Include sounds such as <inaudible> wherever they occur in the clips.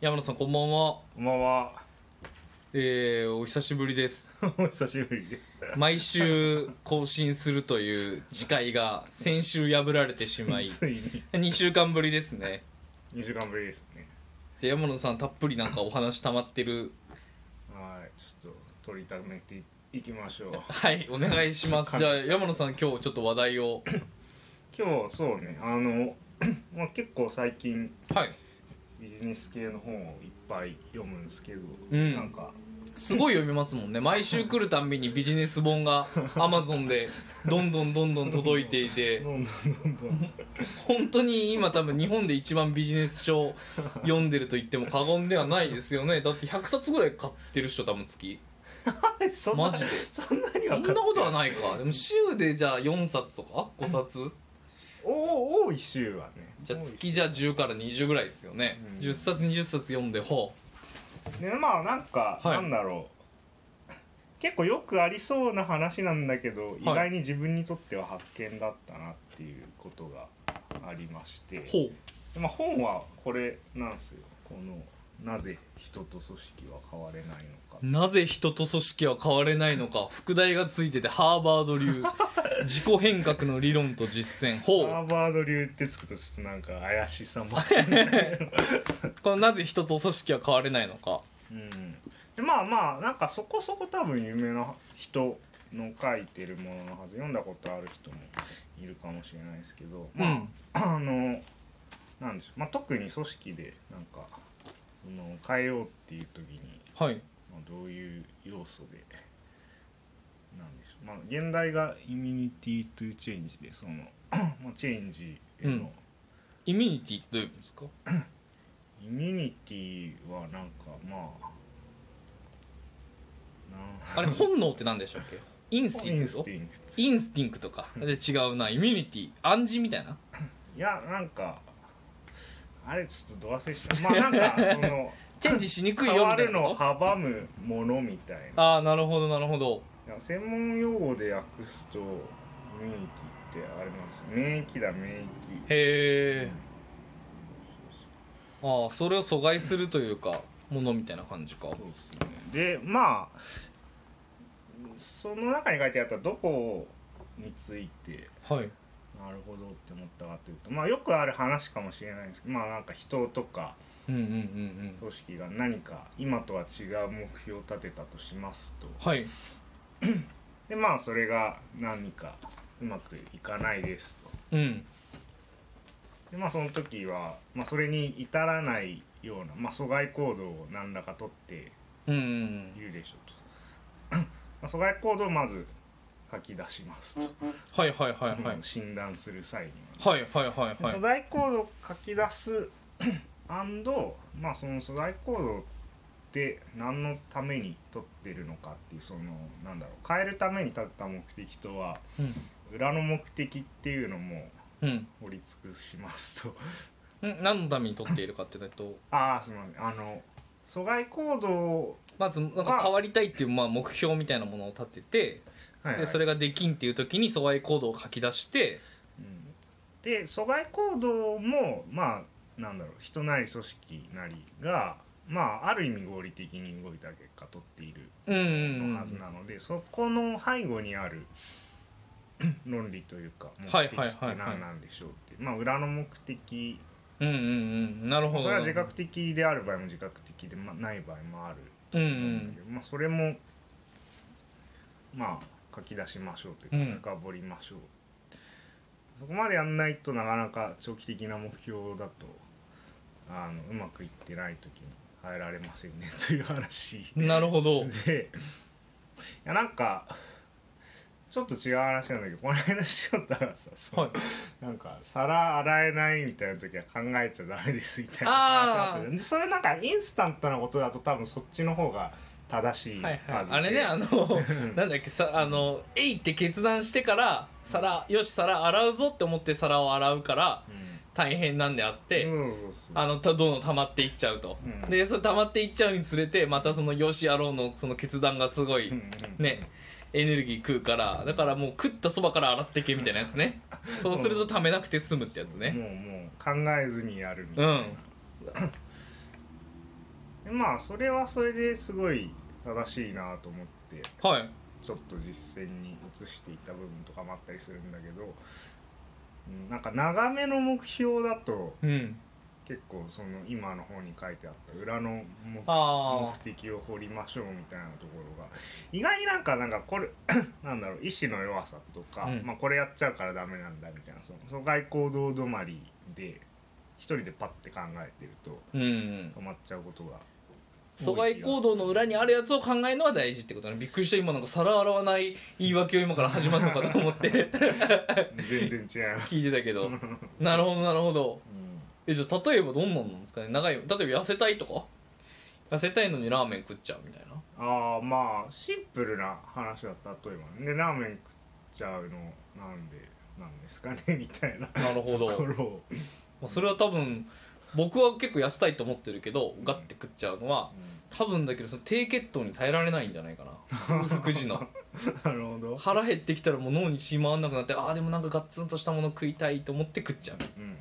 山野さんこんばんは、こんばんは。 <laughs> えー、お久しぶりですお久しぶりです。毎週更新するという誓いが先週破られてし <laughs> まいついに2週間ぶりですね2週間ぶりですね。じゃあ山野さんたっぷりなんかお話溜まってるはい、ちょっと取りためていいきましょう。はいお願いしますじゃあ山野さん今日ちょっと話題を今日そうね、あの <clears throat> まあ結構最近はいビジネス系の本をいっぱい読むんですけど、うんなんかすごい読みますもんね毎週来るたんびにビジネス本が Amazon でどんどんどんどん届いていてどんどんどんどん本当に今多分日本で一番ビジネス書を読んでると言っても過言ではないですよ <laughs> ねだって100冊ぐらい買ってる人多分月 <laughs> そんなマジでそんなにそはんかなことはないかでも週でじゃあ4冊とか5冊お多い週はね。じゃあ多い月じゃあ10から20ぐらいですよねうん10冊20冊読んでほねまあなんか、はいなんだろう結構よくありそうな話なんだけど、意外に自分にとっては発見だったなっていうことがありましてう、ほまあ、本はこれなんですよこの「なぜ人と組織は変われないのかう」なぜ人と組織は変われないのか副題がついててハーバード <laughs> 流自己変革の理論と実践ほうハーバード流ってつくとちょっとなんか怪しさますね。 <laughs> このなぜ人と組織は変われないのかうん、でまあまあなんかそこそこ多分有名な人の書いてるもののはず読んだことある人もいるかもしれないですけど、まあうんあのなんでしょう、まあ、特に組織でなんかその変えようっていう時に、はいまあ、どういう要素でなんでしょう、まあ、現代がイミニティ・トゥ・チェンジでその、 <coughs> まあ、チェンジへの、イミニティってどういうことですかイミニティはなんかまあなんあれ本能って何でしたっけインスティンクトインクトインスティンクとかで違うなイミュニティ暗示みたいないやなんかあれちょっとど忘れしたまあなんかそのチェンジしにくいよ変わみたいるなのこをと阻むものみたいなああなるほどなるほどいや専門用語で訳すと免疫ってあれなんですよ免疫だ免疫へえああそれを阻害するというかものみたいな感じかそうですねでまあその中に書いてあったどこについてはいなるほどって思ったかというとまあよくある話かもしれないんですけどまあなんか人とかうんうんうんうん組織が何か今とは違う目標を立てたとしますとはいでまあそれが何かうまくいかないですとうんでまあその時は、まあ、それに至らないような、まあ、阻害行動を何らか取ってうんうんうんいるでしょうと <coughs> まあ阻害行動をまず書き出しますと、はいはいはいはいその診断する際には、はいはいはいはでい阻害行動を書き出す <coughs> and まあその阻害行動って何のために取ってるのかっていうそのなんだろう変えるために立った目的とはうん裏の目的っていうのもうん掘り尽くしますとん何のために取っているかっていうとああすみませんあの阻害行動を、まずなんか変わりたいっていうまあ目標みたいなものを立ててはいはいでそれができんっていう時に阻害行動を書き出してうんで阻害行動もまあなんだろう人なり組織なりがまあある意味合理的に動いた結果取っているうんうんうんのはずなので、そこの背後にある <coughs> 論理というか目はい的はいはいはいって何なんでしょうって、まあ裏の目的うんうんうんなるそほどれは自覚的である場合も自覚的で、まあ、ない場合もあるうんうと思うんだんけど、まあ、それもまあ書き出しましょうというか深掘りましょう、そこまでやんないとなかなか長期的な目標だとあのうまくいってない時に変えられませんねという話なるほどで <laughs> いやなんかちょっと違う話なんだけどこの間しよったらさ、そのはいなんか皿洗えないみたいな時は考えちゃダメですみたいな話あったじゃんでそういうなんかインスタントなことだと多分そっちの方が正しいはいははいずであれね <laughs> あのうんなんだっけさあの「えい!」って決断してから皿よし皿洗うぞって思って皿を洗うから大変なんであって、うんそうそうそうあのたどんどん溜まっていっちゃうと、うんでそれ溜まっていっちゃうにつれてまたその「よしやろう」のその決断がすごい、うんうんねエネルギー食うからだからもう食ったそばから洗ってけみたいなやつねそうすると溜めなくて済むってやつねもうもう考えずにやるみたいうんな、でまあそれはそれですごい正しいなと思ってはいちょっと実践に移していった部分とかもあったりするんだけどうんなんか長めの目標だとうん結構その今の方に書いてあった裏の目あ目的を掘りましょうみたいなところが意外になんかなんかこれ <coughs> なんだろう意志の弱さとか、うんまあ、これやっちゃうからダメなんだみたいなその疎外行動止まりで一人でパッて考えてるとあうん止まっちゃうことが疎外行動の裏にあるやつを考えるのは大事ってことねびっくりした今なんか皿洗わない言い訳を今から始まるのかと思って全然違います。聞いてたけどなるほどなるほどうんえじゃあ例えばどんなんなんですかね長い例えば痩せたいとか痩せたいのにラーメン食っちゃうみたいなああまあシンプルな話だったと今ねラーメン食っちゃうのなんでなんですかね <laughs> みたいななるほどとこ <laughs> ろを、まあ、それは多分僕は結構痩せたいと思ってるけどガッて食っちゃうのはう多分だけどその低血糖に耐えられないんじゃないかな福祉のんなるほど、腹減ってきたらもう脳に血回んなくなってああでもなんかガッツンとしたもの食いたいと思って食っちゃううんうんうん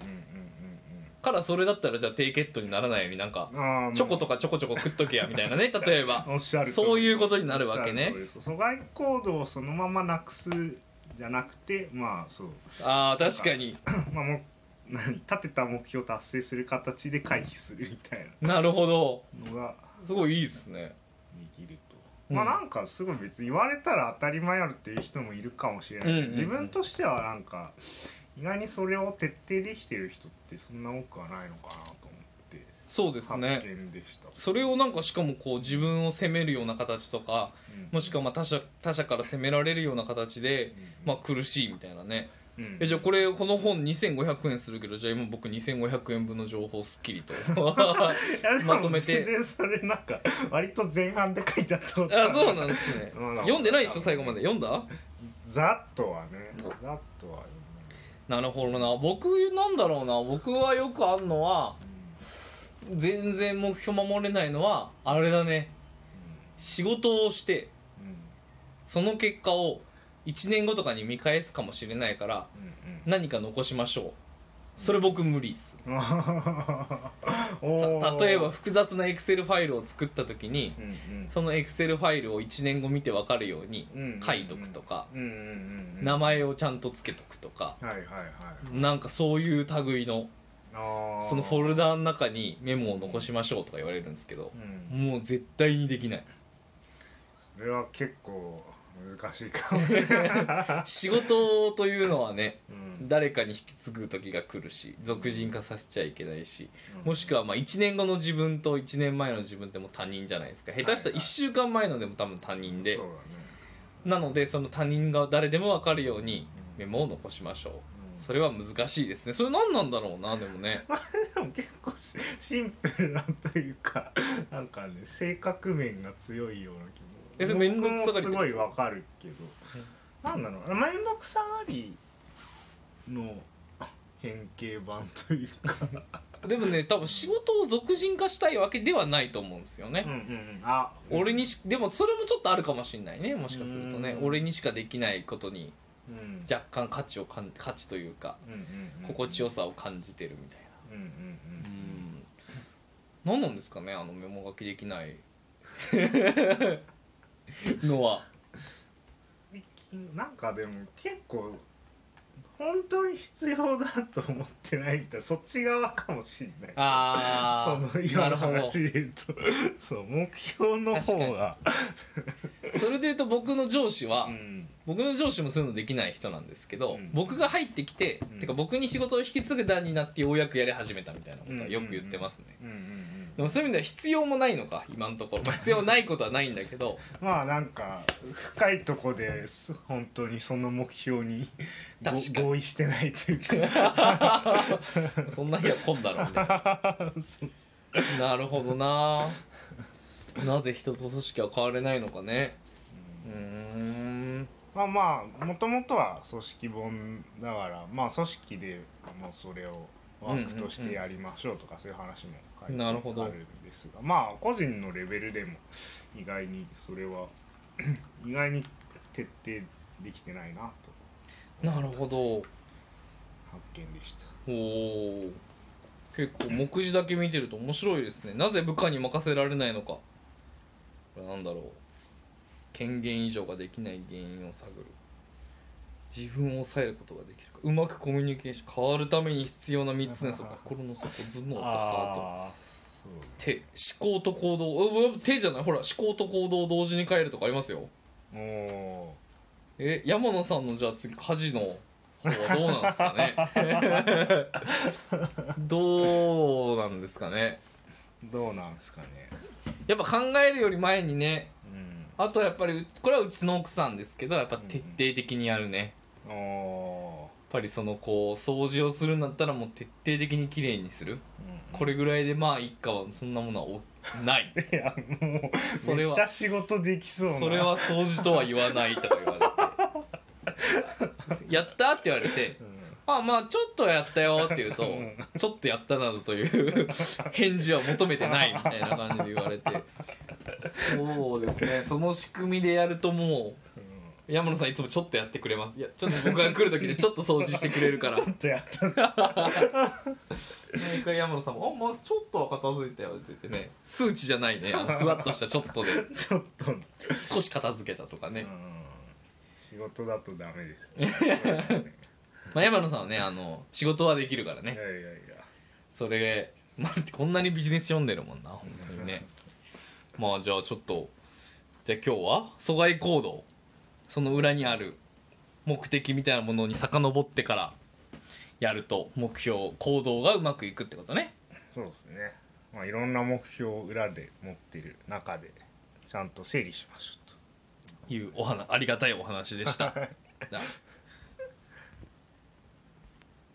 からそれだったらじゃあ低血糖にならないようになんかうんうん、ああチョコとかちょこちょこ食っとけやみたいな <laughs> ね例えばおっしゃる通りそういうことになるわけねおっしゃる通りです疎外行動をそのままなくすじゃなくてまあそう、あー確かにまあ、もう何立てた目標を達成する形で回避するみたいなるほどなのがすごいいいですねできると、うんまあなんかすごい別に言われたら当たり前やろっていう人もいるかもしれないけど、うんうんうん自分としてはなんか意外にそれを徹底できてる人ってそんな多くはないのかなと思ってそうです発ね見でした、それをなんかしかもこう自分を責めるような形とかうんもしくはまあ他者他者から責められるような形でうんうんまあ苦しいみたいなねうんえじゃあ <laughs> これこの本2500円するけどじゃあ今僕2500円分の情報すっきりと <laughs> いやでもまとめて全然それなんか割と前半で書いてあったことあそうなんですねまだ読んでないでしょ最後まで読んだざっとはねざっとはなるほどな僕なんだろうな僕はよくあんのは全然目標守れないのはあれだね仕事をしてうんうんその結果を1年後とかに見返すかもしれないからうん何か残しましょうそれ僕無理っすたうんうんおー例えば複雑なエクセルファイルを作った時にうんうんそのエクセルファイルを1年後見て分かるようにうん書いとくとかうんうんうんうん名前をちゃんとつけとくとかはいはいはいなんかそういう類のあーそのフォルダーの中にメモを残しましょうとか言われるんですけどうんもう絶対にできないそれは結構難しいかもね仕事というのはねうん誰かに引き継ぐ時が来るし俗人化させちゃいけないしもしくはまあ1年後の自分と1年前の自分ってもう他人じゃないですか下手したら1週間前のでも多分他人でそうだねなのでその他人が誰でも分かるようにうんメモを残しましょううんそれは難しいですねそれ何なんだろうなでもねでも結構シシンプルなというか <laughs> なんかね性格面が強いような気もえそれ面倒くさがりって僕もすごいわかるけど、なんだろう面倒くさがりの変形版というかでもね多分仕事を俗人化したいわけではないと思うんですよね、うんうんうんあ俺にしでもそれもちょっとあるかもしれないねもしかするとねうん俺にしかできないことにうん若干価値をかん価値というかうんうんうんうん心地よさを感じてるみたいうんうんうんなうん何なんですかねあのメモ書きできない <laughs> のは最近なんかでも結構本当に必要だと思ってないみたいなそっち側かもしれないそあのあ今なるのほど話で言うとそう目標の方が、それで言うと僕の上司は、うん僕の上司もそういうのできない人なんですけど、うん僕が入ってきて、うんてか僕に仕事を引き継ぐ段になってようやくやり始めたみたいなことはよく言ってますね、うんうんうんでもそういう意味では必要もないのか今のところ、まあ、必要ないことはないんだけ <laughs> どまあなんか深いとこです本当にその目標にご確かに合意してない <laughs> というか <laughs> そんな日は来んだろうみたいそう <laughs> ななるほどななぜ人と組織は変われないのかねうーんまあまあもともとは組織本だからまあ組織でもうそれをワークとしてやりましょうとかそういう話も書いてなあるほどるんですがまあ個人のレベルでも意外にそれは <clears throat> 意外に徹底できてないなとなるほど発見でした。おー結構目次だけ見てると面白いですねなぜ部下に任せられないのかこれなんだろう権限以上ができない原因を探る自分を抑えることができるかうまくコミュニケーション変わるために必要な3つの要素心の底頭脳とハートああそう手思考と行動うう手じゃないほら思考と行動を同時に変えるとかありますよおおえ山野さんのじゃあ次家事の方はどうなんですかねどうなんですかねーどうなんですかねやっぱ考えるより前にねうあとやっぱりうこれはうちの奥さんですけどやっぱ徹底的にやるね、んおやっぱりそのこう掃除をするんだったらもう徹底的に綺麗にするこれれぐらいでまあ一家はそんなものはおないいやもうそれはめっちゃ仕事できそうなそれは掃除とは言わないとか言われて「やった?」って言われてうん「あまあちょっとやったよ」って言うとうん「ちょっとやった」などという返事は求めてないみたいな感じで言われてそうですねその仕組みでやるともう山野さんいつもちょっとやってくれますいやちょっと僕が来る時でちょっと掃除してくれるからちょっとやったな毎回山野さんも「あまあちょっとは片付いたよ」って言ってね数値じゃないねあのふわっとしたちょっとでちょっと、少し片付けたとかうねん、仕事だとダメです、 <laughs> まあ、山野さんはねあの仕事はできるからいやいねやいそれ待ってこんなにビジネス読んでるもんな本当にねまあじゃあちょっとじゃあ今日は阻害行動その裏にある目的みたいなものに遡ってからやると目標行動がうまくいくってことねやそうですねまあいろんな目標を裏で持ってる中でちゃんと整理しましょうというお話ありがたいお話でしたじゃあ